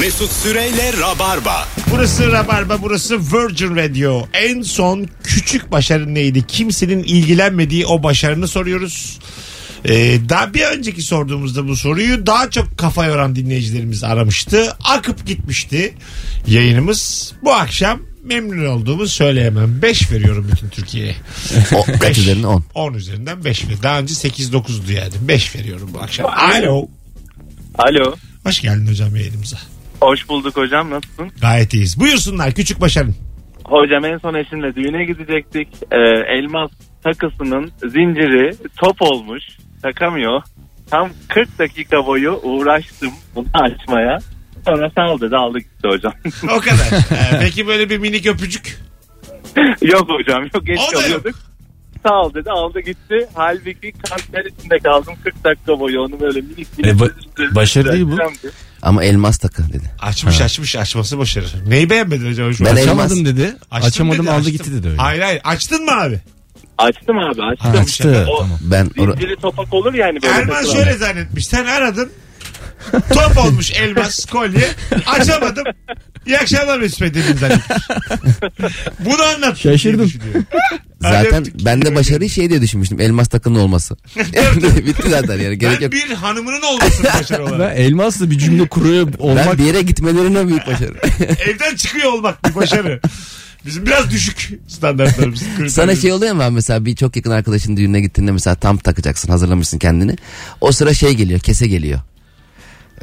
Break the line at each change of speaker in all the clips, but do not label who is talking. Mesut Süreyle Rabarba.
Burası Rabarba, burası Virgin Radio. En son küçük başarın neydi? Kimsenin ilgilenmediği o başarını soruyoruz. Ee, daha bir önceki sorduğumuzda bu soruyu daha çok kafa yoran dinleyicilerimiz aramıştı. Akıp gitmişti yayınımız. Bu akşam memnun olduğumu söyleyemem. 5 veriyorum bütün Türkiye'ye.
O, kaç üzerine 10.
10 üzerinden 5 ver. Daha önce 8-9'du yani. 5 veriyorum bu akşam. Alo.
Alo.
Hoş geldin hocam yayınımıza.
Hoş bulduk hocam nasılsın?
Gayet iyiyiz. Buyursunlar küçük başarın.
Hocam en son eşimle düğüne gidecektik. Ee, elmas takısının zinciri top olmuş. Takamıyor. Tam 40 dakika boyu uğraştım bunu açmaya. Sonra sağ ol dedi aldı gitti hocam.
O kadar. Ee, peki böyle bir minik öpücük.
yok hocam yok geç
O da yok.
kalıyorduk. Sağ ol dedi aldı gitti. Halbuki kalpler içinde kaldım 40 dakika boyu onu böyle minik minik.
E, ba- başarı değil bu.
Ama elmas takı dedi.
Açmış açmış açması başarı. Neyi beğenmedin acaba? Şu
Ben
an?
elmas-
Açamadım dedi.
Açtım
Açamadım
dedi,
aldı
açtım.
gitti dedi öyle.
Hayır hayır açtın mı abi?
Açtım abi
Ha,
açtım.
açtı.
O
Tamam.
Ben or-
zinciri topak olur yani böyle.
Erman
takılan.
şöyle zannetmiş. Sen aradın. Top olmuş elmas kolye. Açamadım. İyi akşamlar Mesut Bey dedin zannetmiş. Bunu anlat.
Şaşırdım.
zaten
öptük.
ben de başarıyı şey diye düşünmüştüm. Elmas takının olması. Bitti zaten yani gerek
Ben
yok.
bir hanımının olmasını başarı olarak.
Ben elmasla bir cümle kuruyor
Ben
olmak
bir yere gitmelerine büyük başarı.
Evden çıkıyor olmak bir başarı. Bizim biraz düşük standartlarımız.
Sana
kriterlerimiz.
şey oluyor mu abi mesela bir çok yakın arkadaşın düğününe gittiğinde mesela tam takacaksın hazırlamışsın kendini. O sıra şey geliyor kese geliyor.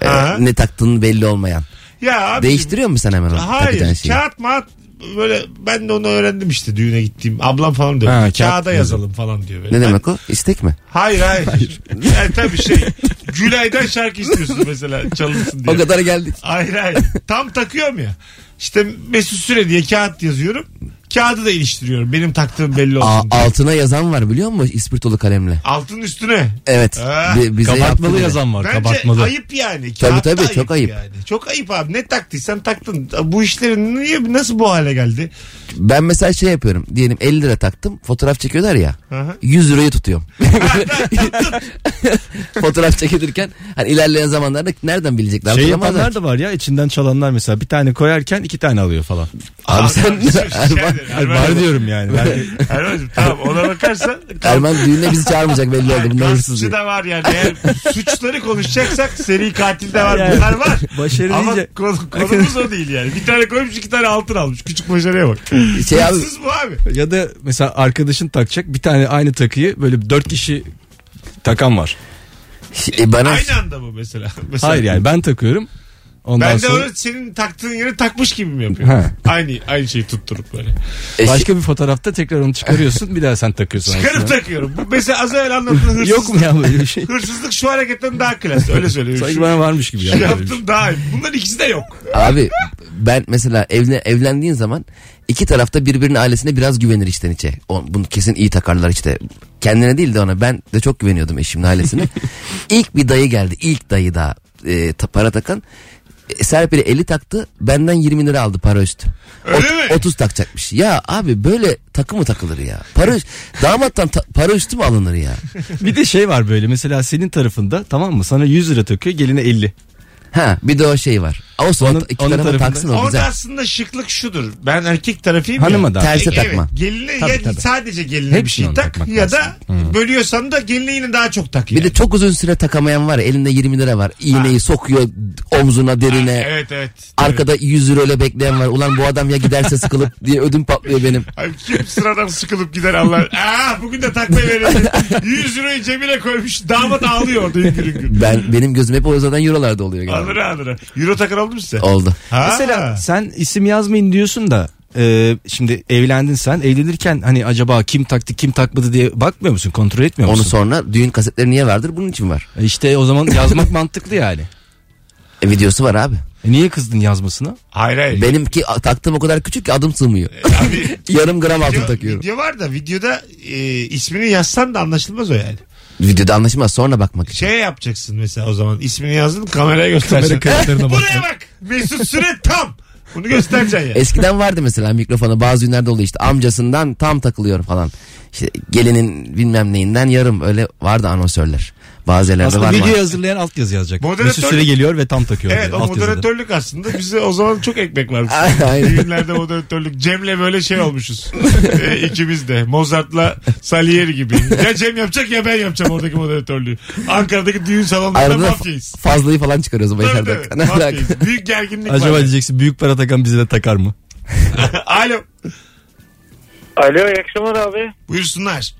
Ee,
Aha.
ne taktığın belli olmayan.
Ya abi,
Değiştiriyor musun sen hemen o takacağın
Hayır
şeyi?
kağıt mağat böyle ben de onu öğrendim işte düğüne gittiğim ablam falan diyor.
Ha, kağıt
Kağıda
mı?
yazalım falan diyor. Böyle.
Ne demek o? İstek mi?
Hayır hayır. Yani tabii şey Gülay'dan şarkı istiyorsun mesela çalınsın diye.
O kadar geldik.
Hayır hayır. Tam takıyorum ya. İşte Mesut Süre diye kağıt yazıyorum. Kağıdı da iliştiriyorum. Benim taktığım belli
Aa,
olsun diye.
altına yazan var biliyor musun? İspirtolu kalemle.
Altın üstüne.
Evet.
Ha.
bi- bize yaptı
kabartmalı
bile.
yazan var.
Bence
kabartmalı.
ayıp yani. Kağıtta
tabii, çok ayıp.
Yani. Çok ayıp abi. Ne taktıysan taktın. Bu işlerin niye nasıl bu hale geldi?
Ben mesela şey yapıyorum. Diyelim 50 lira taktım. Fotoğraf çekiyorlar ya.
Aha.
100 lirayı tutuyorum. Fotoğraf çekilirken hani ilerleyen zamanlarda nereden bilecekler?
Şey
Hatırlamazlar.
yapanlar da var ya içinden çalanlar mesela bir tane koyarken iki tane alıyor falan.
Abi sen
Rica ederim.
Erman,
Yani
şey, Erman-
var diyorum yani. Ben-
Erman'cığım tamam ona bakarsan
Erman düğüne bizi çağırmayacak belli oldu. Bunlar hırsız
Gaspçı
diye.
da var yani. Eğer suçları konuşacaksak seri katil de var. Bunlar var.
Başarı
Ama
deyince-
konu- konumuz o değil yani. Bir tane koymuş iki tane altın almış. Küçük başarıya bak.
E,
Şey abi
Hırsız bu abi.
ya da mesela arkadaşın takacak bir tane aynı takıyı böyle dört kişi takan var.
şey- e, bana
Aynı anda mı mesela? mesela
Hayır yani ben takıyorum. Ondan
Ben de
sonra
öyle senin taktığın yere takmış gibi mi yapıyorum?
Ha.
Aynı aynı şeyi tutturup böyle.
e, şey-
başka bir fotoğrafta tekrar onu çıkarıyorsun bir daha sen takıyorsun.
Çıkarıp
aynısını.
takıyorum. Bu mesela az evvel anlattığın hırsızlık.
Yok mu ya böyle bir şey?
Hırsızlık şu hareketten daha klas. Öyle söylüyorum.
Sanki
Şu-
bana varmış gibi.
şu
yani.
Şey yaptım daha iyi. Bunların ikisi de yok.
abi ben mesela evle, evlendiğin zaman iki tarafta birbirinin ailesine biraz güvenir içten içe. O, bunu kesin iyi takarlar işte. Kendine değil de ona ben de çok güveniyordum eşimin ailesine. ilk bir dayı geldi. ilk dayı daha e, ta- para takan. E, Serpil'e 50 taktı. Benden 20 lira aldı para üstü.
Öyle
Ot-
mi?
30 takacakmış. Ya abi böyle takı mı takılır ya? Para üst- damattan ta- para üstü mü alınır ya?
Bir de şey var böyle mesela senin tarafında tamam mı sana 100 lira takıyor geline 50.
Ha bir de o şey var. O sonra
Onun-
iki
onun
tarafa
tarafında-
taksın o
Orada
güzel.
aslında şıklık şudur. Ben erkek tarafıyım
Hanıma
ya.
da.
Terse
E,
takma.
Evet, geline
Tabii,
ya
tabii.
sadece geline bir
Hepsini
şey
ona
tak
takmak
ya
lazım.
da böylüyorsan da geline yine daha çok tak.
Bir de çok uzun süre takamayan var ya, elinde 20 lira var. İğneyi sokuyor omzuna derine.
Evet evet.
Arkada 100 lira öyle bekleyen var. Ulan bu adam ya giderse sıkılıp diye ödüm patlıyor benim.
Abi kim sıradan sıkılıp gider Allah. Aa bugün de takmayı verildi. 100 lirayı cebine koymuş. Damat ağlıyor orada hüngür hüngür.
Ben benim gözüm hep o yüzden eurolarda oluyor galiba.
Anıra anıra. Euro takan oldu mu size?
Oldu.
Ha.
Mesela sen isim yazmayın diyorsun da e, şimdi evlendin sen evlenirken hani acaba kim taktı kim takmadı diye bakmıyor musun kontrol etmiyor
Onu
musun?
sonra düğün kasetleri niye vardır? Bunun için var.
E işte o zaman yazmak mantıklı yani.
E, videosu var abi.
E niye kızdın yazmasına?
Hayır hayır.
Benimki a- taktığım o kadar küçük ki adım sığmıyor.
Abi,
Yarım gram altın
video,
takıyorum.
video var da videoda e, ismini yazsan da anlaşılmaz o yani.
Videoda anlaşılmaz sonra bakmak için.
Şey yapacaksın mesela o zaman ismini yazdın kameraya göstersen. Buraya bak. Mesut Süre tam. Bunu göstereceksin
E,
ya.
Eskiden vardı mesela mikrofona bazı günlerde oluyor işte amcasından tam takılıyor falan. İşte gelinin bilmem neyinden yarım öyle vardı anonsörler. Bazı yerlerde
Aslında
var mı?
videoyu hazırlayan alt yazı yazacak.
Moderatör-
Mesut Süre geliyor ve tam takıyor.
Evet
diye
o
alt yazıda.
moderatörlük aslında bize o zaman çok ekmek varmış.
Aynen.
Düğünlerde moderatörlük. Cem'le böyle şey olmuşuz. e, ikimiz de. Mozart'la Salieri gibi. Ya Cem yapacak ya ben yapacağım oradaki moderatörlüğü. Ankara'daki düğün salonlarında
Arada
mafyayız.
fazlayı falan çıkarıyoruz ama
Tabii
içeride.
tabii.
Ne alaka?
Mafyayız. Büyük gerginlik
Acaba
var.
diyeceksin büyük para takan bize de takar mı?
Alo.
Alo iyi akşamlar abi.
Buyursunlar.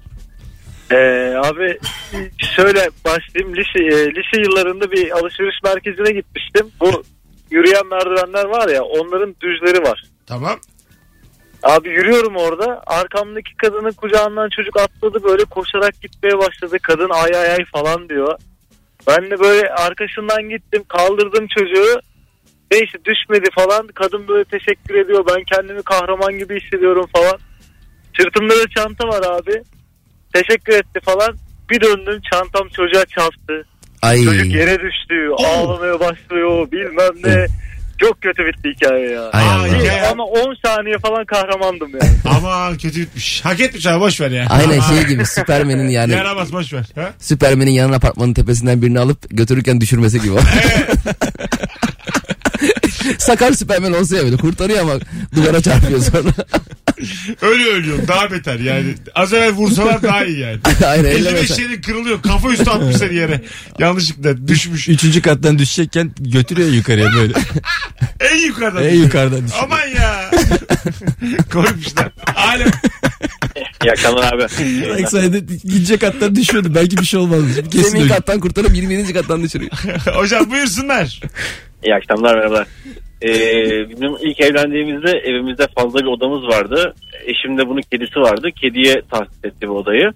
Ee, abi şöyle başlayayım. Lise, e, lise yıllarında bir alışveriş merkezine gitmiştim. Bu yürüyen merdivenler var ya onların düzleri var.
Tamam.
Abi yürüyorum orada. Arkamdaki kadının kucağından çocuk atladı böyle koşarak gitmeye başladı. Kadın ay ay ay falan diyor. Ben de böyle arkasından gittim kaldırdım çocuğu. Neyse düşmedi falan. Kadın böyle teşekkür ediyor. Ben kendimi kahraman gibi hissediyorum falan. Sırtımda da çanta var abi. Teşekkür etti falan. Bir döndüm çantam çocuğa çarptı.
Ay.
Çocuk yere düştü. Ağlamaya başlıyor bilmem ne. Çok kötü bitti hikaye ya.
Ay
Ay,
Allah.
ya.
Ama 10 saniye falan kahramandım yani.
Ama kötü bitmiş. Hak etmiş abi boş ver ya.
Aynen
Aa,
şey gibi Süpermen'in yani
Yaramaz boş ver. Ha?
Süpermen'in yan apartmanın tepesinden birini alıp götürürken düşürmesi gibi. Sakar Süpermen olsa ya böyle kurtarıyor ama duvara çarpıyor sonra.
Öyle ölüyorum daha beter yani. Az evvel vursalar daha iyi yani.
Aynen elle
55
mesela.
yerin kırılıyor. Kafa üstü atmış seni yere. Yanlışlıkla düşmüş.
Üçüncü kattan düşecekken götürüyor yukarıya böyle.
En yukarıdan.
en yukarıdan düşüyor.
Aman ya. Koymuşlar. Alo.
İyi akşamlar abi.
Baksaydı gidecek kattan düşüyordu. Belki bir şey olmazdı. Kesin
Senin
öyle.
kattan kurtarıp 20. kattan düşürüyor.
Hocam buyursunlar.
İyi akşamlar merhabalar. Ee, bizim ilk evlendiğimizde evimizde fazla bir odamız vardı. Eşim de bunun kedisi vardı. Kediye tahsis etti bu odayı.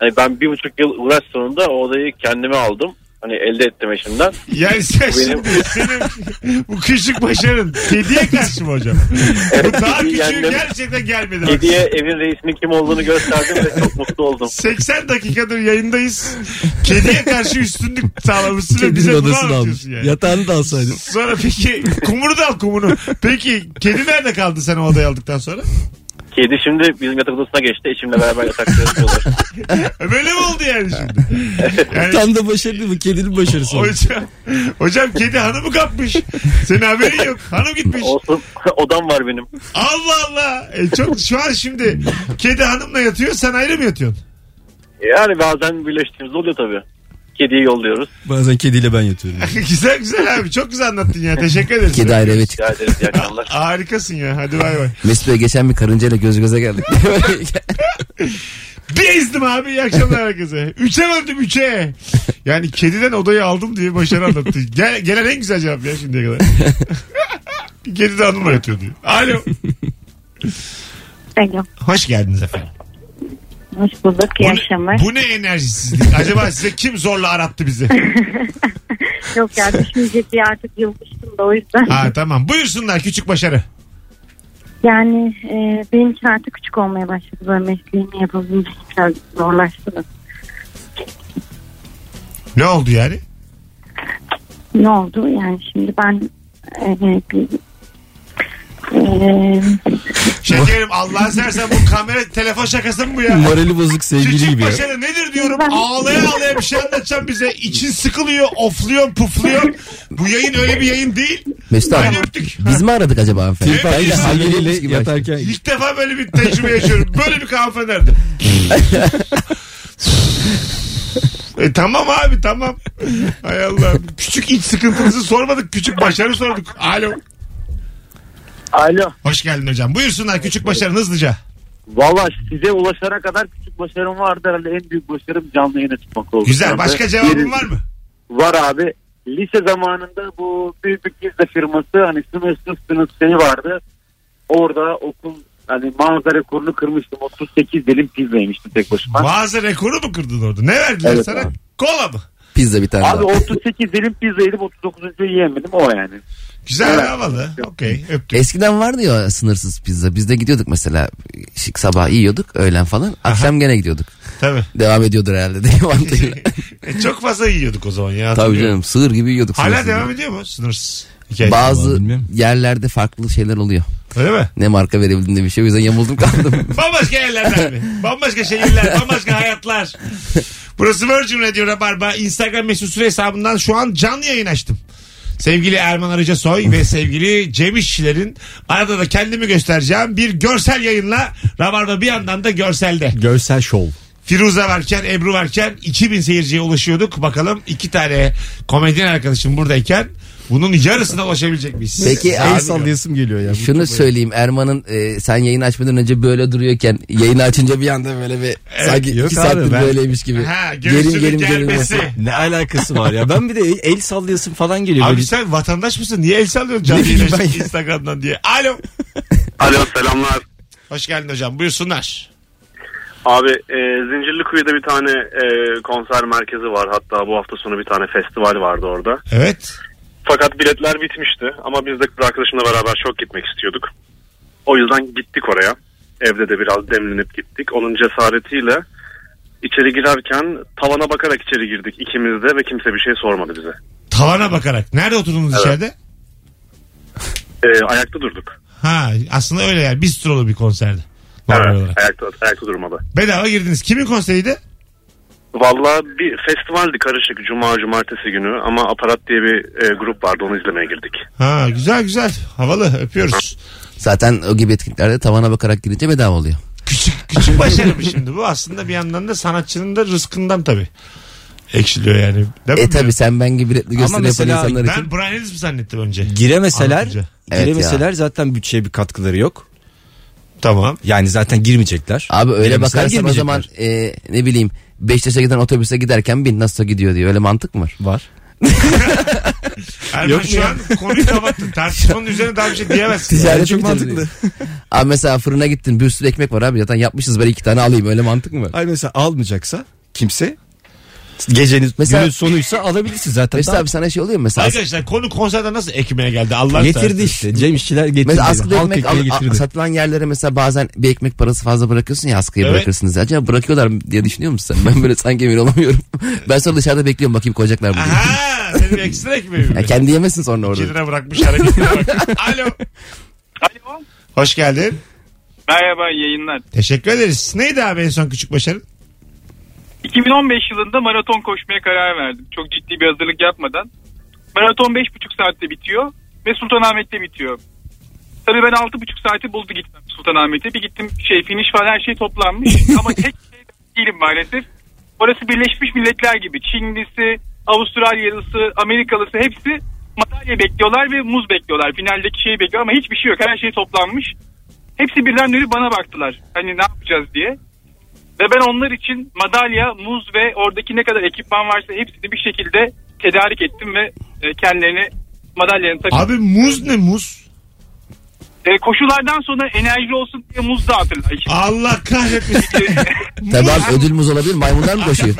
Hani ben bir buçuk yıl uğraş sonunda o odayı kendime aldım. Hani elde ettim eşimden.
Yani sen
Benim-
şimdi senin bu küçük başarın kediye karşı mı hocam? Bu daha
kediyi
küçüğü
yendim.
gerçekten gelmedi. bak.
Kediye evin reisinin kim olduğunu gösterdim ve çok mutlu oldum.
80 dakikadır yayındayız. Kediye karşı üstünlük sağlamışsın ve
Kedinin
bize bunu
odasını almış.
anlatıyorsun yani.
Yatağını da alsaydın.
Sonra peki kumunu da al kumunu. Peki kedi nerede kaldı sen o odaya aldıktan sonra?
Kedi şimdi bizim yatak odasına geçti. Eşimle beraber yatakta yatıyorlar.
Böyle mi oldu yani şimdi? Yani
Tam da başarılı bu kedinin başarısı.
hocam, hocam kedi hanımı kapmış. Senin haberin yok. Hanım gitmiş.
Olsun odam var benim.
Allah Allah. E çok şu an şimdi kedi hanımla yatıyor sen ayrı mı yatıyorsun?
Yani bazen birleştiğimiz oluyor tabii. Kediyi yolluyoruz.
Bazen kediyle ben yatıyorum.
güzel güzel abi çok güzel anlattın ya teşekkür ederiz.
Kedi ayrı eve çıktı.
Rica ederiz. İyi akşamlar.
Harikasın ya hadi bay bay.
Mesut Bey geçen bir karıncayla göz göze geldik.
Bir ezdim abi iyi akşamlar herkese. Üçe böldüm üçe. Yani kediden odayı aldım diye başarı anlattı. Gel, gelen en güzel cevap ya şimdiye kadar. Kedi de hanımla yatıyor diyor. Alo.
Alo.
Hoş geldiniz efendim.
Hoş bulduk.
Bu
İyi
ne-
akşamlar.
Bu ne enerjisizlik? Acaba size kim zorla arattı bizi?
Yok ya düşmeyecek diye artık yılmıştım da o yüzden.
Ha tamam. Buyursunlar küçük başarı.
Yani e, benim için artık küçük olmaya başladı. Böyle mesleğimi yapabilmek biraz zorlaştı. da.
Ne oldu yani?
Ne oldu? Yani şimdi ben e, bir, e,
Şekerim Şey Allah'ın sersen bu kamera telefon şakası mı bu ya?
Morali bozuk sevgili
Küçük
gibi ya.
başarı nedir diyorum. Ağlaya ağlaya bir şey anlatacağım bize. İçin sıkılıyor, ofluyor, pufluyor. Bu yayın öyle bir yayın değil.
Mesut abi
Hadi öptük.
biz mi aradık acaba hanımefendi?
Filip abi,
Ben de
Sevgiliyle
gibi açtım.
yatarken
İlk defa böyle bir tecrübe yaşıyorum. Böyle bir kahve nerede? e tamam abi tamam. Hay Allah. Küçük iç sıkıntınızı sormadık. Küçük başarı sorduk. Alo.
Alo.
Hoş geldin hocam. Buyursunlar küçük başarı hızlıca.
Valla size ulaşana kadar küçük başarım vardı herhalde en büyük başarım canlı yayına çıkmak oldu.
Güzel.
Yani
Başka
bir-
cevabın var mı?
Var abi. Lise zamanında bu büyük bir pizza firması hani sınırsız sınıf şeyi vardı. Orada okul hani manzara kurunu kırmıştım. 38 dilim pizza yemiştim tek başıma.
Bazı rekoru mu kırdın orada? Ne verdiler
Evet
sana?
abi.
Kola mı?
Pizza bir tane
Abi
daha.
38 dilim pizza yedim 39. yiyemedim o yani.
Güzel
Evet.
havalı. Okey öptük.
Eskiden vardı ya sınırsız pizza. Biz de gidiyorduk mesela şık sabah yiyorduk öğlen falan. Akşam gene gidiyorduk.
Tabii.
Devam ediyordur herhalde diye mantığıyla.
E, çok fazla yiyorduk o zaman ya.
Tabii
hatırlıyorum.
canım sığır gibi yiyorduk.
Hala
sınırsız.
devam ediyor mu? Sınırsız. Hikaye.
Bazı
Vallahi bilmiyorum.
yerlerde farklı şeyler oluyor.
Öyle mi?
Ne marka verebildim diye bir şey. O yüzden yamuldum kaldım.
Bambaşka yerlerden abi. Bambaşka şehirler, bambaşka hayatlar. Burası Virgin Radio Rabarba. Instagram mesut süre hesabından şu an canlı yayın açtım. Sevgili Erman Arıca Soy ve sevgili Cem İşçilerin arada da kendimi göstereceğim bir görsel yayınla Rabarba bir yandan da görselde.
Görsel şov.
Firuze varken, Ebru varken 2000 seyirciye ulaşıyorduk. Bakalım iki tane komedyen arkadaşım buradayken bunun yarısına ulaşabilecek miyiz? Ee,
Peki
El
abi-
sallayasım geliyor ya.
Şunu söyleyeyim Erman'ın e, sen yayını açmadan önce böyle duruyorken yayını açınca bir anda böyle bir sanki
yok
iki
abi,
saattir
ben-
böyleymiş gibi.
Ha, göğsünün gelmesi.
Ne alakası var ya? Ben bir de el, el sallayasım falan geliyor.
Abi
Böyle-
sen vatandaş mısın? Niye el sallıyorsun canlı
Ne bileyim
yayına
ben ya.
Instagram'dan diye? Alo.
Alo selamlar.
Hoş geldin hocam. Buyursunlar.
Abi e, Zincirlikuyu'da bir tane e, konser merkezi var. Hatta bu hafta sonu bir tane festival vardı orada.
Evet.
Fakat biletler bitmişti ama biz de kız arkadaşımla beraber çok gitmek istiyorduk. O yüzden gittik oraya. Evde de biraz demlenip gittik. Onun cesaretiyle içeri girerken tavana bakarak içeri girdik ikimiz de ve kimse bir şey sormadı bize.
Tavana bakarak. Nerede oturdunuz içeride?
E, ayakta durduk.
Ha aslında öyle yani. Bistrolu bir konserde. Normal
Evet,
olarak.
ayakta, ayakta durmadı.
Bedava girdiniz. Kimin konseriydi?
Valla bir festivaldi karışık cuma cumartesi günü ama Aparat diye bir e, grup vardı onu izlemeye girdik.
Ha güzel güzel. Havalı. Öpüyoruz.
Zaten o gibi etkinliklerde tavana bakarak girince bedava oluyor.
Küçük küçük başarı mı şimdi bu? Aslında bir yandan da sanatçının da rızkından tabii. Eksiliyor yani. Değil mi?
E tabi sen ben gibi biletli gösteri yapan
mesela
insanlar için.
Ben Brian Adams mi zannettim önce?
Giremeseler,
Anlatınca.
Evet
giremeseler zaten bütçeye bir katkıları yok.
Tamam.
Yani zaten girmeyecekler.
Abi öyle
Giremeseler
bakarsan o
girmeyecekler.
zaman e, ne bileyim Beşiktaş'a giden otobüse giderken bin nasıl gidiyor diye öyle mantık mı var?
var.
Erman
Yok mu
şu
ya?
an konuyu kapattın. Tartışmanın üzerine daha bir şey diyemezsin.
Ticarete
çok
gidelim
mantıklı.
diye. abi mesela fırına gittin bir sürü ekmek var abi zaten yapmışız böyle iki tane alayım öyle mantık mı?
Hayır mesela almayacaksa kimse geceniz
Mesela-
günün sonuysa alabilirsin zaten.
Mesut
Daha-
abi sana şey oluyor mu mesela?
Arkadaşlar konu konserde nasıl ekmeğe geldi? Allah
getirdi işte. Cem İşçiler getirdi.
Mesela askıda
Halk
ekmek
ekmeği
al- a-
getirdi.
satılan yerlere mesela bazen bir ekmek parası fazla bırakıyorsun ya askıya
Evet.
bırakırsınız. diye. Acaba bırakıyorlar mı diye düşünüyor musun sen? Ben böyle sanki emin olamıyorum. ben sonra dışarıda bekliyorum bakayım koyacaklar mı diye.
Aha senin ekstra ekmeği mi?
Ya kendi yemesin sonra orada.
Kendine bırakmış hareketine bak. Alo.
Alo.
Hoş geldin.
Merhaba yayınlar.
Teşekkür ederiz. Neydi abi en son küçük başarın?
2015 yılında maraton koşmaya karar verdim. Çok ciddi bir hazırlık yapmadan. Maraton 5,5 saatte bitiyor ve Sultanahmet'te bitiyor. Tabii ben 6,5 saati buldu gitmem Sultanahmet'e. Bir gittim şey finish falan her şey toplanmış. Ama tek şey değilim maalesef. Orası Birleşmiş Milletler gibi. Çinlisi, Avustralyalısı, Amerikalısı hepsi madalya bekliyorlar ve muz bekliyorlar. Finaldeki şeyi bekliyor ama hiçbir şey yok. Her şey toplanmış. Hepsi birden dönüp bana baktılar. Hani ne yapacağız diye. Ve ben onlar için madalya, muz ve oradaki ne kadar ekipman varsa hepsini bir şekilde tedarik ettim ve e, kendilerine madalyanın takıp
Abi muz ne muz?
E, koşulardan sonra enerji olsun diye muz dağıtırlar. İşte,
Allah kahretmesin. Muz.
Tamam ödül muz olabilir maymunlar mı koşuyor?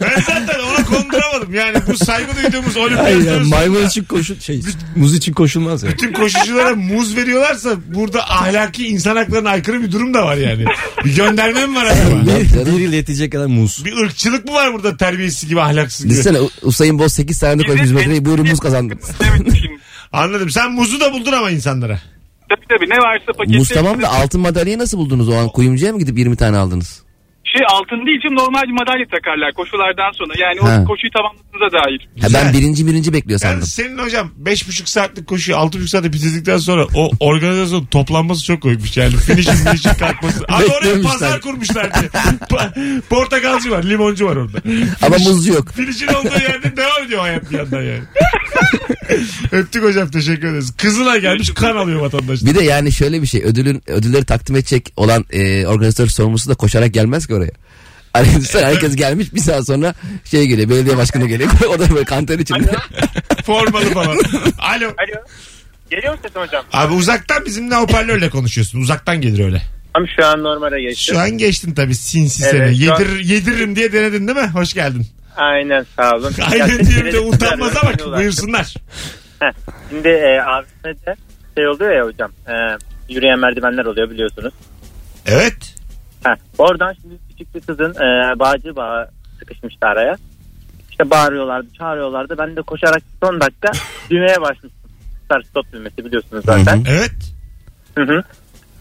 Ben zaten ona konduramadım. Yani bu saygı duyduğumuz
Hayır ya,
olimpiyatlarımız.
maymun için koşul şey muz için koşulmaz ya.
Tüm koşuculara muz veriyorlarsa burada ahlaki insan haklarına aykırı bir durum da var yani. Bir gönderme mi var acaba?
Yok
bir,
canım.
bir yıl yetecek kadar muz.
Bir ırkçılık mı var burada terbiyesiz gibi ahlaksız gibi?
Düşünsene U- Usain Bolt 8 saniyede koymuş 100 metreyi buyurun muz kazandı.
evet, şimdi.
Anladım. Sen muzu da buldun ama insanlara.
Tabii tabii ne varsa paketi.
muz tamam da altın madalyayı nasıl buldunuz o an? Kuyumcuya mı gidip 20 tane aldınız?
Şey altın değil canım normal bir madalya takarlar koşulardan sonra. Yani
Ha.
o koşuyu tamamladığınıza dair.
Ha,
Güzel.
ben birinci birinci bekliyor
Yani
sandım.
senin hocam 5,5 saatlik koşuyu 6,5 saatte bitirdikten sonra o organizasyon toplanması çok koymuş. Yani finish'in finish'in kalkması. Abi oraya
Beklemişler.
pazar kurmuşlar diye. Pa- portakalcı var, limoncu var orada.
Ama muzcu yok.
Finish'in olduğu yerde devam ediyor hayat bir yandan yani. Öptük hocam teşekkür ederiz. Kızına gelmiş kan alıyor vatandaşlar.
Bir de yani şöyle bir şey ödülün ödülleri takdim edecek olan e, organizatör sorumlusu da koşarak gelmez ki oraya. Hani sen herkes gelmiş bir saat sonra şey geliyor belediye başkanı geliyor o da böyle kanter içinde.
Formalı falan. Alo.
Alo. Geliyor sesin hocam.
Abi uzaktan bizimle hoparlörle konuşuyorsun. Uzaktan gelir öyle.
Tam şu an normale geçtim.
Şu an geçtin tabii sinsi
Evet,
seni.
şu an-
Yedir, yediririm diye denedin değil mi? Hoş geldin.
Aynen sağ olun.
Aynen
Gerçekten
diyorum de
güzel
utanmaz
bir
ama
yol var.
buyursunlar.
Şimdi e, AVM'de şey oluyor ya hocam. e, yürüyen merdivenler oluyor biliyorsunuz.
Evet.
Heh, oradan şimdi küçük bir kızın e, bağcı bağı sıkışmıştı araya. İşte bağırıyorlardı, çağırıyorlardı. Ben de koşarak son dakika düğmeye başlamıştım. Start stop düğmesi biliyorsunuz zaten. E,
Evet.
Hı hı.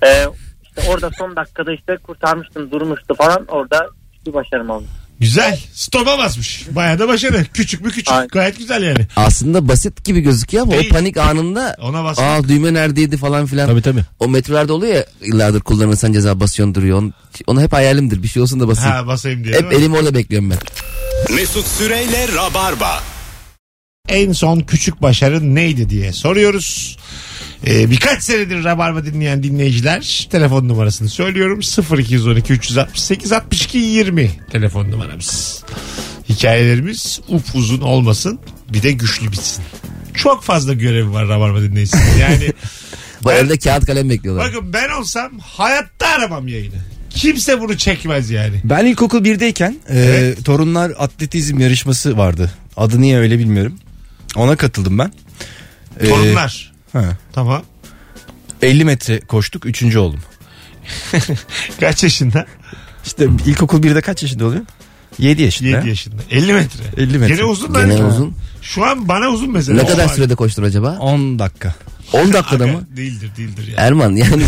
Ee, işte orada son dakikada işte kurtarmıştım durmuştu falan orada bir başarım oldu.
Güzel. Stopa basmış. Bayağı da başarı. Küçük mü küçük.
Aynen.
Gayet güzel yani.
Aslında basit gibi gözüküyor ama
Değil.
o panik anında
Ona basmak.
aa düğme neredeydi falan filan.
Tabii tabii.
O metrolerde oluyor ya yıllardır kullanırsan ceza basıyorsun duruyor. Onu, onu hep hayalimdir bir şey olsun da basayım.
Ha basayım diye.
hep
değil mi?
elimi orada bekliyorum ben.
Mesut Süreyle Rabarba.
En son küçük başarı neydi diye soruyoruz. Ee, birkaç senedir Rabarba dinleyen dinleyiciler telefon numarasını söylüyorum. 0212 368 62 20 telefon numaramız. Hikayelerimiz upuzun olmasın bir de güçlü bitsin. Çok fazla görevi var Rabarba dinleyicisinin. Yani
Bu evde kağıt kalem bekliyorlar.
bakın ben olsam hayatta aramam yayını. Kimse bunu çekmez yani.
Ben ilkokul 1'deyken e,
Evet.
torunlar atletizm yarışması vardı. Adı niye öyle bilmiyorum. Ona katıldım ben.
Ee,
E,
Torunlar.
ha,
Tamam.
50 metre koştuk 3. oldum.
Kaç yaşında?
İşte ilkokul 1'de kaç yaşında oluyor? 7 yaşında.
7 yaşında. 50 metre.
50 metre.
Gene uzun da.
Gene uzun.
Şu an bana uzun mesela.
Ne
O
kadar
var.
sürede koştur acaba?
10 dakika.
10 dakikada mı?
Değildir değildir yani.
Erman yani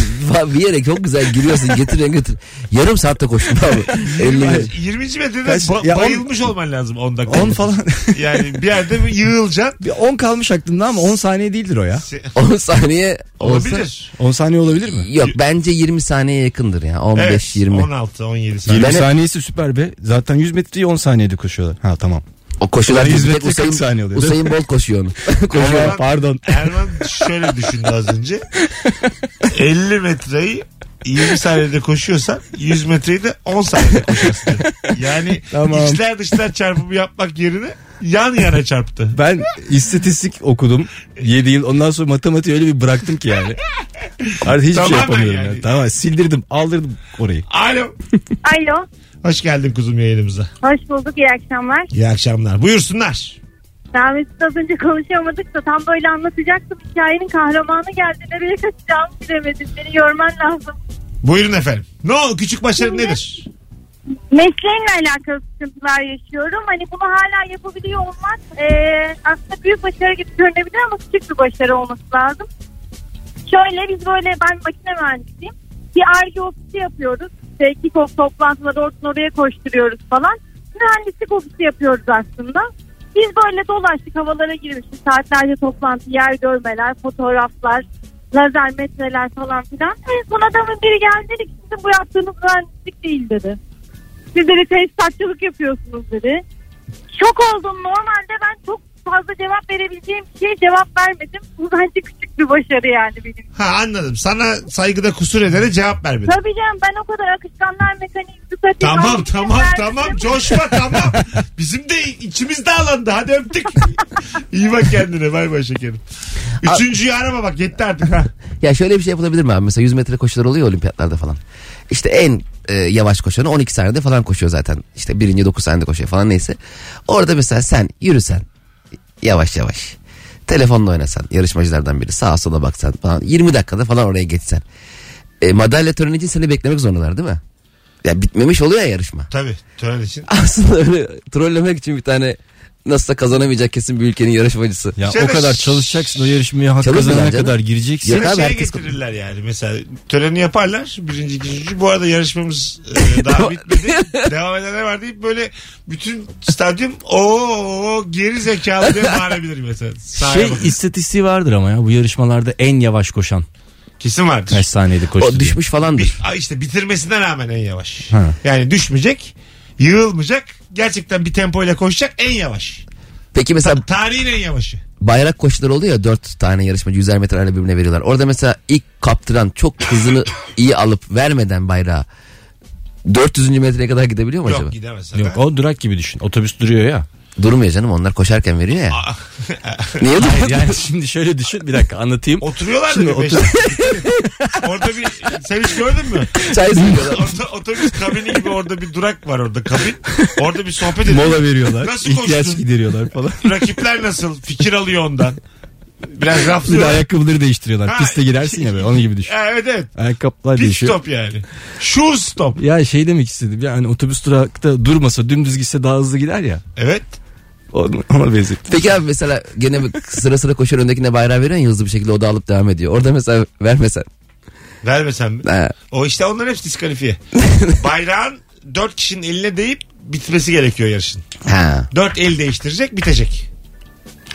bir yere çok güzel giriyorsun getiren götür. Yarım saatte koştum abi. 50 metre.
20. metrede
Kaç-
ba-
ya on-
bayılmış olman lazım 10 dakika.
10 falan.
yani bir yerde bir yığılacaksın.
Bir 10 kalmış aklımda ama 10 saniye değildir o ya.
10 saniye olsa.
Olabilir.
10 saniye olabilir mi?
Yok bence 20 saniye yakındır ya. 15
Evet,
20.
16 17
20
saniye.
Ben-
saniyesi süper be. Zaten 100 metreyi 10 saniyede koşuyorlar. Ha tamam.
O koşular
Yüz
gibi
metre
Usain,
kaç saniye oluyor,
Usain Bolt koşuyor onu.
Erman-
Koşuyor pardon.
Erman şöyle düşündü az önce. 50 metreyi 20 saniyede koşuyorsan 100 metreyi de 10 saniyede koşarsın. Yani
Tamam.
içler dışlar çarpımı yapmak yerine yan yana çarptı.
Ben istatistik okudum 7 yıl. Ondan sonra matematiği öyle bir bıraktım ki yani. Artık hiçbir şey
Tamamen
yapamıyorum
yani.
ya. Tamam sildirdim aldırdım orayı.
Alo.
Alo.
Hoş geldin kuzum yayınımıza.
Hoş bulduk. iyi akşamlar.
İyi akşamlar. Buyursunlar.
Ben Mesut az önce konuşamadık da tam böyle anlatacaktım. Hikayenin kahramanı geldi. Nereye kaçacağımı bilemedim. Beni görmen lazım.
Buyurun efendim. Ne o küçük başarı nedir?
Mesleğimle alakalı sıkıntılar yaşıyorum. Hani bunu hala yapabiliyor olmak eee, aslında büyük başarı gibi görünebilir ama küçük bir başarı olması lazım. Şöyle biz böyle ben makine mühendisiyim. Bir arge ofisi yapıyoruz. İşte kickoff toplantıları oradan oraya koşturuyoruz falan. Mühendislik ofisi yapıyoruz aslında. Biz böyle dolaştık havalara girmişiz. Saatlerce toplantı, yer görmeler, fotoğraflar, lazer metreler falan filan. En son adamın biri geldi dedi ki sizin bu yaptığınız mühendislik değil dedi. Siz dedi tesisatçılık yapıyorsunuz dedi. Şok oldum. Normalde ben çok fazla cevap verebileceğim bir şeye cevap vermedim. Bu bence küçük bir başarı yani benim.
Ha anladım. Sana saygıda kusur edene cevap vermedim.
Tabii canım ben o kadar akışkanlar mekanik Ducati
Tamam
hangisini
tamam
verdim?
tamam coşma tamam. Bizim de içimiz dağlandı hadi öptük. İyi bak kendine bay bay şekerim. Üçüncüyü arama bak yetti artık ha.
ya şöyle bir şey yapılabilir mi abi? Mesela 100 metre koşular oluyor ya olimpiyatlarda falan. İşte en e, yavaş koşanı 12 saniyede falan koşuyor zaten. İşte birinci 9 saniyede koşuyor falan neyse. Orada mesela sen yürüsen yavaş yavaş. Telefonla oynasan yarışmacılardan biri sağa sola baksan falan 20 dakikada falan oraya geçsen. E, madalya töreni için seni beklemek zorundalar değil mi? Ya bitmemiş oluyor ya yarışma.
Tabii tören için.
Aslında öyle trollemek için bir tane nasılsa kazanamayacak kesin bir ülkenin yarışmacısı.
Ya
Şöyle-
o kadar çalışacaksın o yarışmaya hak
Çalışmayacaksın
kazanana
canım.
kadar gireceksin.
Ya-
Seni
abi,
şeye
herkes-
getirirler yani mesela töreni yaparlar birinci ikinci üçüncü. bu arada yarışmamız e, daha bitmedi devam edenler var deyip böyle bütün stadyum o geri zekalı diye bağırabilir mesela Sahaya
Şey
bakın.
istatistiği vardır ama ya bu yarışmalarda en yavaş koşan
kesin vardır
kaç saniyede koştu
O
diye.
düşmüş falandır.
Ay işte bitirmesine rağmen en yavaş.
Ha.
Yani düşmeyecek, yığılmayacak, gerçekten bir tempoyla koşacak en yavaş.
Peki mesela
Tarihin en yavaşı.
bayrak koşuları oluyor ya dört tane yarışmacı yüzer metrelerle birbirine veriyorlar. Orada mesela ilk kaptıran çok hızını iyi alıp vermeden bayrağı 400. metreye kadar gidebiliyor mu acaba?
Yok gidemez zaten.
Yok o durak gibi düşün. Otobüs duruyor ya.
Durmuyor canım onlar koşarken veriyor ya. Niye
Hayır
durmuyor?
yani şimdi şöyle düşün bir dakika anlatayım.
Oturuyorlar
Şimdi
da bir beş- Orada bir sen hiç gördün mü?
Çay söylüyorlar.
Orada, otobüs kabini gibi orada bir durak var orada kabin. Orada bir sohbet ediyor.
Mola veriyorlar.
Nasıl
ihtiyaç
koştun?
gideriyorlar falan.
Rakipler nasıl? Fikir alıyor ondan. Biraz
Bir de
raflıyor.
ayakkabıları değiştiriyorlar.
Ha.
Piste girersin ya böyle onun gibi düşün.
Evet evet.
Ayakkabılar
Pit
değişiyor.
stop yani. Shoe stop.
Ya şey demek istedim yani otobüs durakta durmasa dümdüz gitse daha hızlı gider ya.
Evet.
Ona, ona benzettim.
Peki abi mesela gene bir sıra sıra koşar öndekine bayrağı veriyorsun ya hızlı bir şekilde o da alıp devam ediyor. Orada mesela vermesen
Vermesen mi?
Ha.
O işte onların hepsi diskalifiye. Bayrağın dört kişinin eline değip bitmesi gerekiyor yarışın.
Ha.
Dört el değiştirecek bitecek.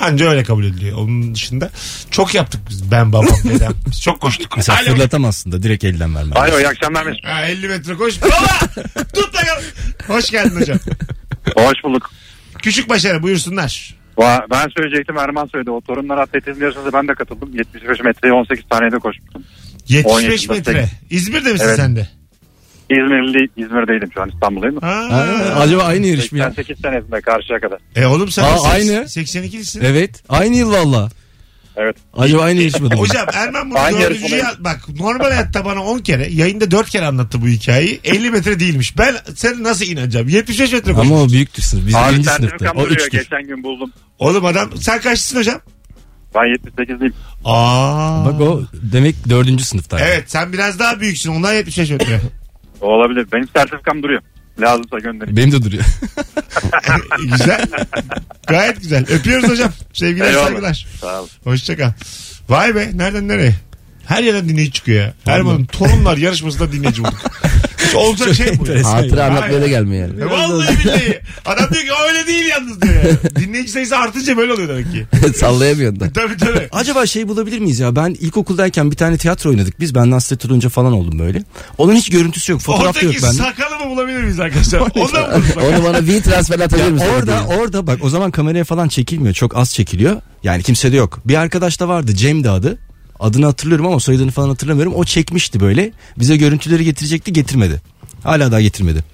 Anca öyle kabul ediliyor. Onun dışında çok yaptık biz. Ben babam dedem. Biz çok koştuk.
Mesela
Alo.
fırlatamazsın da direkt elden vermen. lazım.
Alo iyi akşamlar Mesut.
Ha, 50 metre koş. Baba! Tut da gel. Hoş geldin hocam.
Hoş bulduk.
Küçük başarı buyursunlar.
Va- Ben söyleyecektim Erman söyledi. O torunlar atletizm yarışında ben de katıldım. 75 metreyi 18 saniyede koşmuştum.
75
17,
metre. İzmir'de misin
Evet.
sen de?
İzmirli, İzmir'deydim şu an İstanbul'dayım.
Ha.
Ha, acaba aynı yarış mı ya?
88 senesinde karşıya kadar.
E oğlum sen
Aa,
de seks-
aynı.
82'lisin.
Evet. Aynı yıl valla.
Evet. şey
Acaba aynı yarış mı?
Hocam Erman bunu
Aynı
dördüncü
yarışmadayız.
ya- Bak normal hayatta bana 10 kere yayında 4 kere anlattı bu hikayeyi. 50 metre değilmiş. Ben sen nasıl inanacağım? 75 metre koşmuş.
Ama o büyüktür sınıf. Biz
Abi
birinci
sertifikam
sınıfta. O
duruyor.
üçtür.
Geçen gün buldum.
Oğlum adam sen kaçlısın hocam?
Ben 78'liyim.
Aa.
Bak o demek dördüncü sınıfta.
Evet sen biraz daha büyüksün. Onlar 75 metre.
O olabilir. Benim sertifikam duruyor. Lazımsa gönderin.
Benim de duruyor.
güzel. Gayet güzel. Öpüyoruz hocam. Sevgiler
Eyvallah.
saygılar.
Sağ ol.
Hoşçakal. Vay be nereden nereye? Her yerden dinleyici çıkıyor ya. Erman'ın torunlar yarışmasında dinleyici bulduk. Hiç olacak şey bu. ya.
enteresan.
Hatıra
Hayır.
anlatmaya da gelmiyor yani.
E Vallahi billahi. Adam diyor ki öyle değil yalnız diyor yani. Dinleyici sayısı artınca böyle oluyor demek ki.
Sallayamıyorsun da.
Tabii tabii.
Acaba şey bulabilir miyiz ya? Ben ilkokuldayken bir tane tiyatro oynadık. Biz ben Nasret Turunca falan oldum böyle. Onun hiç görüntüsü yok. Fotoğraf da yok
Oradaki
bende.
sakalı mı bulabilir miyiz arkadaşlar? Ondan buluruz bak.
Onu bana bir transfer atabilir misin?
Orada orada bak o zaman kameraya falan çekilmiyor. Çok az çekiliyor. Yani kimse de yok. Bir arkadaş da vardı Cem de adı. Adını hatırlıyorum ama soyadını falan hatırlamıyorum. O çekmişti böyle. Bize görüntüleri getirecekti getirmedi. Hala daha getirmedi.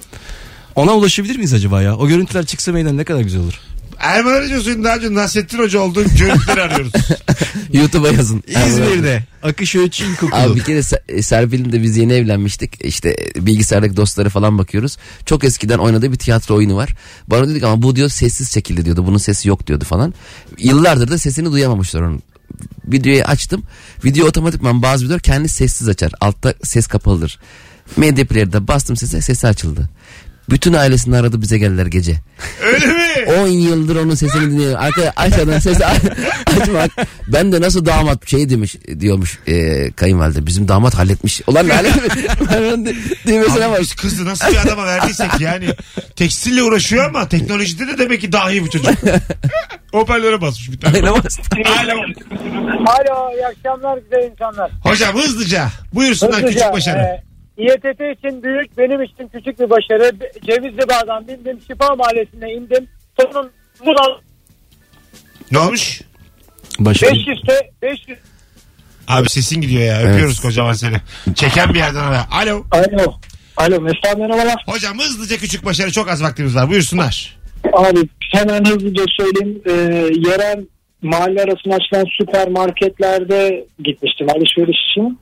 Ona ulaşabilir miyiz acaba ya? O görüntüler çıksa meydan ne kadar güzel olur.
Erman Arıca Hoca'nın daha önce Nasrettin Hoca olduğu görüntüleri arıyoruz.
YouTube'a yazın.
İzmir'de. Akış Öğütçü İlkokulu.
Abi bir kere Se- e, Serpil'in de biz yeni evlenmiştik. İşte e, bilgisayardaki dostları falan bakıyoruz. Çok eskiden oynadığı bir tiyatro oyunu var. Bana dedik ama bu diyor sessiz çekildi diyordu. Bunun sesi yok diyordu falan. Yıllardır da sesini duyamamışlar onun. Videoyu açtım. Video otomatikman bazı videolar kendi sessiz açar. Altta ses kapalıdır. Medya player'da bastım sese sesi açıldı. Bütün ailesini aradı bize geldiler gece.
Öyle mi?
10 yıldır onun sesini dinliyorum. Arka aşağıdan sesi açmak. Ben de nasıl damat şey demiş diyormuş e, kayınvalide. Bizim damat halletmiş. Ulan ne halletmiş? Ben onun de- düğmesine
Abi
bak.
biz kızı nasıl bir adama verdiysek yani tekstille uğraşıyor ama teknolojide de demek ki dahi bu çocuk. Hoparlöre basmış bir tane.
Dayanamaz.
Alo.
Alo iyi akşamlar güzel insanlar.
Hocam hızlıca buyursunlar küçük başarı.
e, İETT için büyük, benim için küçük bir başarı. B- Cevizli Bağ'dan bindim, Şifa Mahallesi'ne indim. Sonun bu da
Ne olmuş?
Başka.
500'te 500.
Abi sesin gidiyor ya. Öpüyoruz kocaman seni. Çeken bir yerden ara. Alo.
Alo. Alo Mesut abi merhabalar.
Hocam hızlıca küçük başarı çok az vaktimiz var. Buyursunlar.
Abi hemen hızlıca söyleyeyim. Ee, yerel mahalle arasında açılan süpermarketlerde gitmiştim alışveriş için.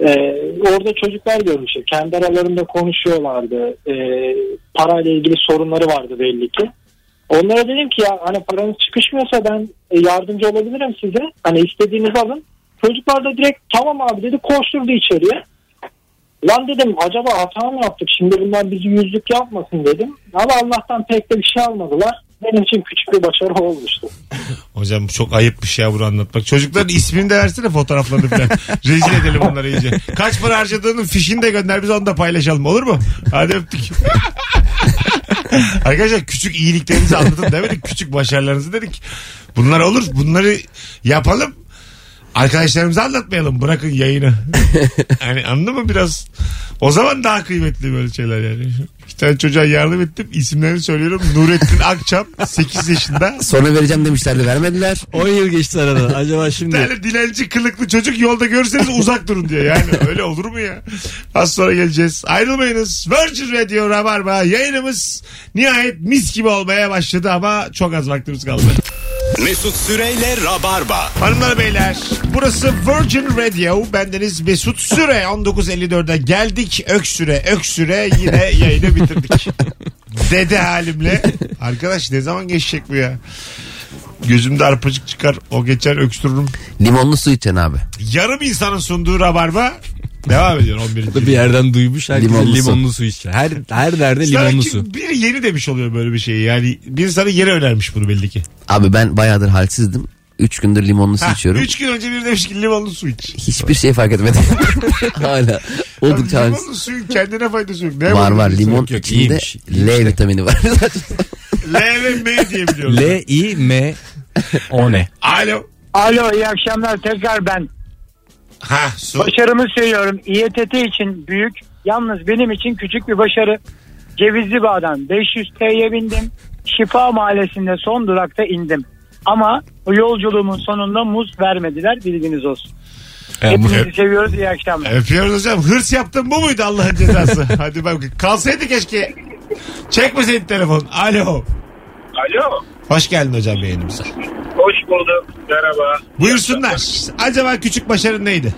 Ee, orada çocuklar görmüştüm. Kendi aralarında konuşuyorlardı. Ee, parayla ilgili sorunları vardı belli ki. Onlara dedim ki ya hani paranız çıkışmıyorsa ben e, yardımcı olabilirim size. Hani istediğinizi alın. Çocuklar da direkt tamam abi dedi koşturdu içeriye. Lan dedim acaba hata mı yaptık şimdi bunlar bizi yüzlük yapmasın dedim. Ama Allah'tan pek de bir şey almadılar. Benim için küçük bir başarı olmuştu.
Hocam çok ayıpmış ya bunu anlatmak. Çocukların ismini de versene fotoğraflarını falan. Rezil edelim onları iyice. Kaç para harcadığının fişini de gönder biz onu da paylaşalım olur mu? Hadi öptük. Arkadaşlar küçük iyiliklerinizi anlatın demedik. Küçük başarılarınızı dedik. Bunlar olur. Bunları yapalım. Arkadaşlarımıza anlatmayalım. Bırakın yayını. Yani anladın mı biraz? O zaman daha kıymetli böyle şeyler yani. Bir tane çocuğa yardım ettim. İsimlerini söylüyorum. Nurettin Akçam 8 yaşında.
Sonra vereceğim demişlerdi vermediler.
10 yıl geçti arada. Acaba
Bir
şimdi
tane dilenci kılıklı çocuk yolda görürseniz uzak durun diyor. Yani öyle olur mu ya? Az sonra geleceğiz. Ayrılmayınız. Virgin Radio Rabarba yayınımız nihayet mis gibi olmaya başladı ama çok az vaktimiz kaldı.
Mesut Süreyle Rabarba.
Hanımlar beyler burası Virgin Radio. Bendeniz Mesut Süre 19.54'e geldik. Öksüre öksüre yine yayını bitirdik. Dede halimle. Arkadaş ne zaman geçecek bu ya? Gözümde arpacık çıkar. O geçer öksürürüm.
Limonlu su içeceksin abi.
Yarım insanın sunduğu rabarba devam ediyor 11.
bir yerden duymuş herkese
Limonlu
limonlu,
su.
su içer. Her, her derde
Sana
limonlu
kim-
su.
Biri yeni demiş oluyor böyle bir şeyi. Yani bir sana yeni önermiş bunu belli ki.
Abi ben bayağıdır halsizdim. 3 gündür limonlu su
Ha,
içiyorum.
Üç gün önce biri demiş ki limonlu su iç.
Hiçbir şey fark etmedi. Hala. Oldukça
Abi
haklısın.
limonlu suyun kendine faydası yok. Ne
Var var
bunun?
limon
Yok, yok,
içinde
iyiymiş, iyiymiş
L vitamini var.
L ve M diye biliyorum.
L I M O ne?
Alo.
Alo iyi akşamlar tekrar ben.
Ha su.
Başarımı söylüyorum. İETT için büyük yalnız benim için küçük bir başarı. Cevizli Bağ'dan 500 T'ye bindim. Şifa Mahallesi'nde son durakta indim. Ama bu yolculuğumun sonunda muz vermediler bilginiz olsun.
E, bu-
Hepinizi seviyoruz iyi akşamlar.
Öpüyoruz hocam. Hırs yaptın bu muydu Allah'ın cezası? Hadi bak. Kalsaydı keşke. Çekmeseydi telefon. Alo.
Alo.
Hoş geldin hocam yayınımıza.
Hoş bulduk. Merhaba.
Buyursunlar. Acaba küçük başarın neydi?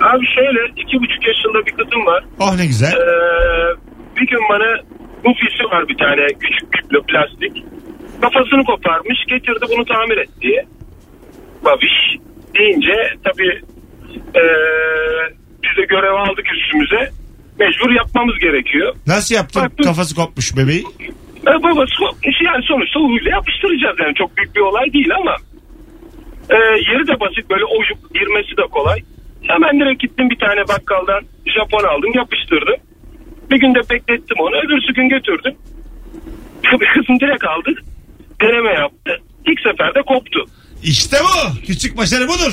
Abi şöyle iki buçuk yaşında bir kızım var.
Oh ne güzel.
Ee, bir gün bana bufisi var bir tane küçük biblo plastik. Kafasını koparmış getirdi bunu tamir et diye. Babiş deyince tabii ee, biz de görev aldık üstümüze. Mecbur yapmamız gerekiyor.
Nasıl yaptın?
Bak, bu-
Kafası kopmuş bebeği.
E, babası kopmuş yani sonuçta huyla yapıştıracağız yani çok büyük bir olay değil ama e, yeri de basit böyle oyup girmesi de kolay. Hemen direkt gittim bir tane bakkaldan Japon aldım yapıştırdım. Bir günde beklettim onu öbürsü gün götürdüm. Bir kızım direkt aldı deneme yaptı. İlk seferde koptu.
İşte bu. Küçük başarı budur.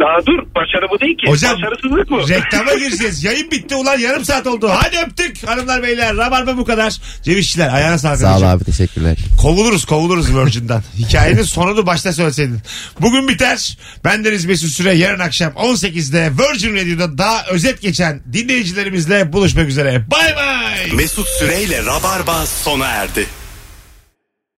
Daha dur başarı bu değil ki.
Hocam
Başarısızlık bu.
reklama gireceğiz. Yayın bitti ulan yarım saat oldu. Hadi öptük hanımlar beyler. Rabarba bu kadar. Cevişçiler ayağına sağlık.
Sağ ol
hocam.
abi teşekkürler.
Kovuluruz kovuluruz Virgin'den. Hikayenin sonunu başta söyleseydin. Bugün biter. Ben Deniz Mesut Süre yarın akşam 18'de Virgin Radio'da daha özet geçen dinleyicilerimizle buluşmak üzere. Bay bay.
Mesut Süreyle Rabarba sona erdi.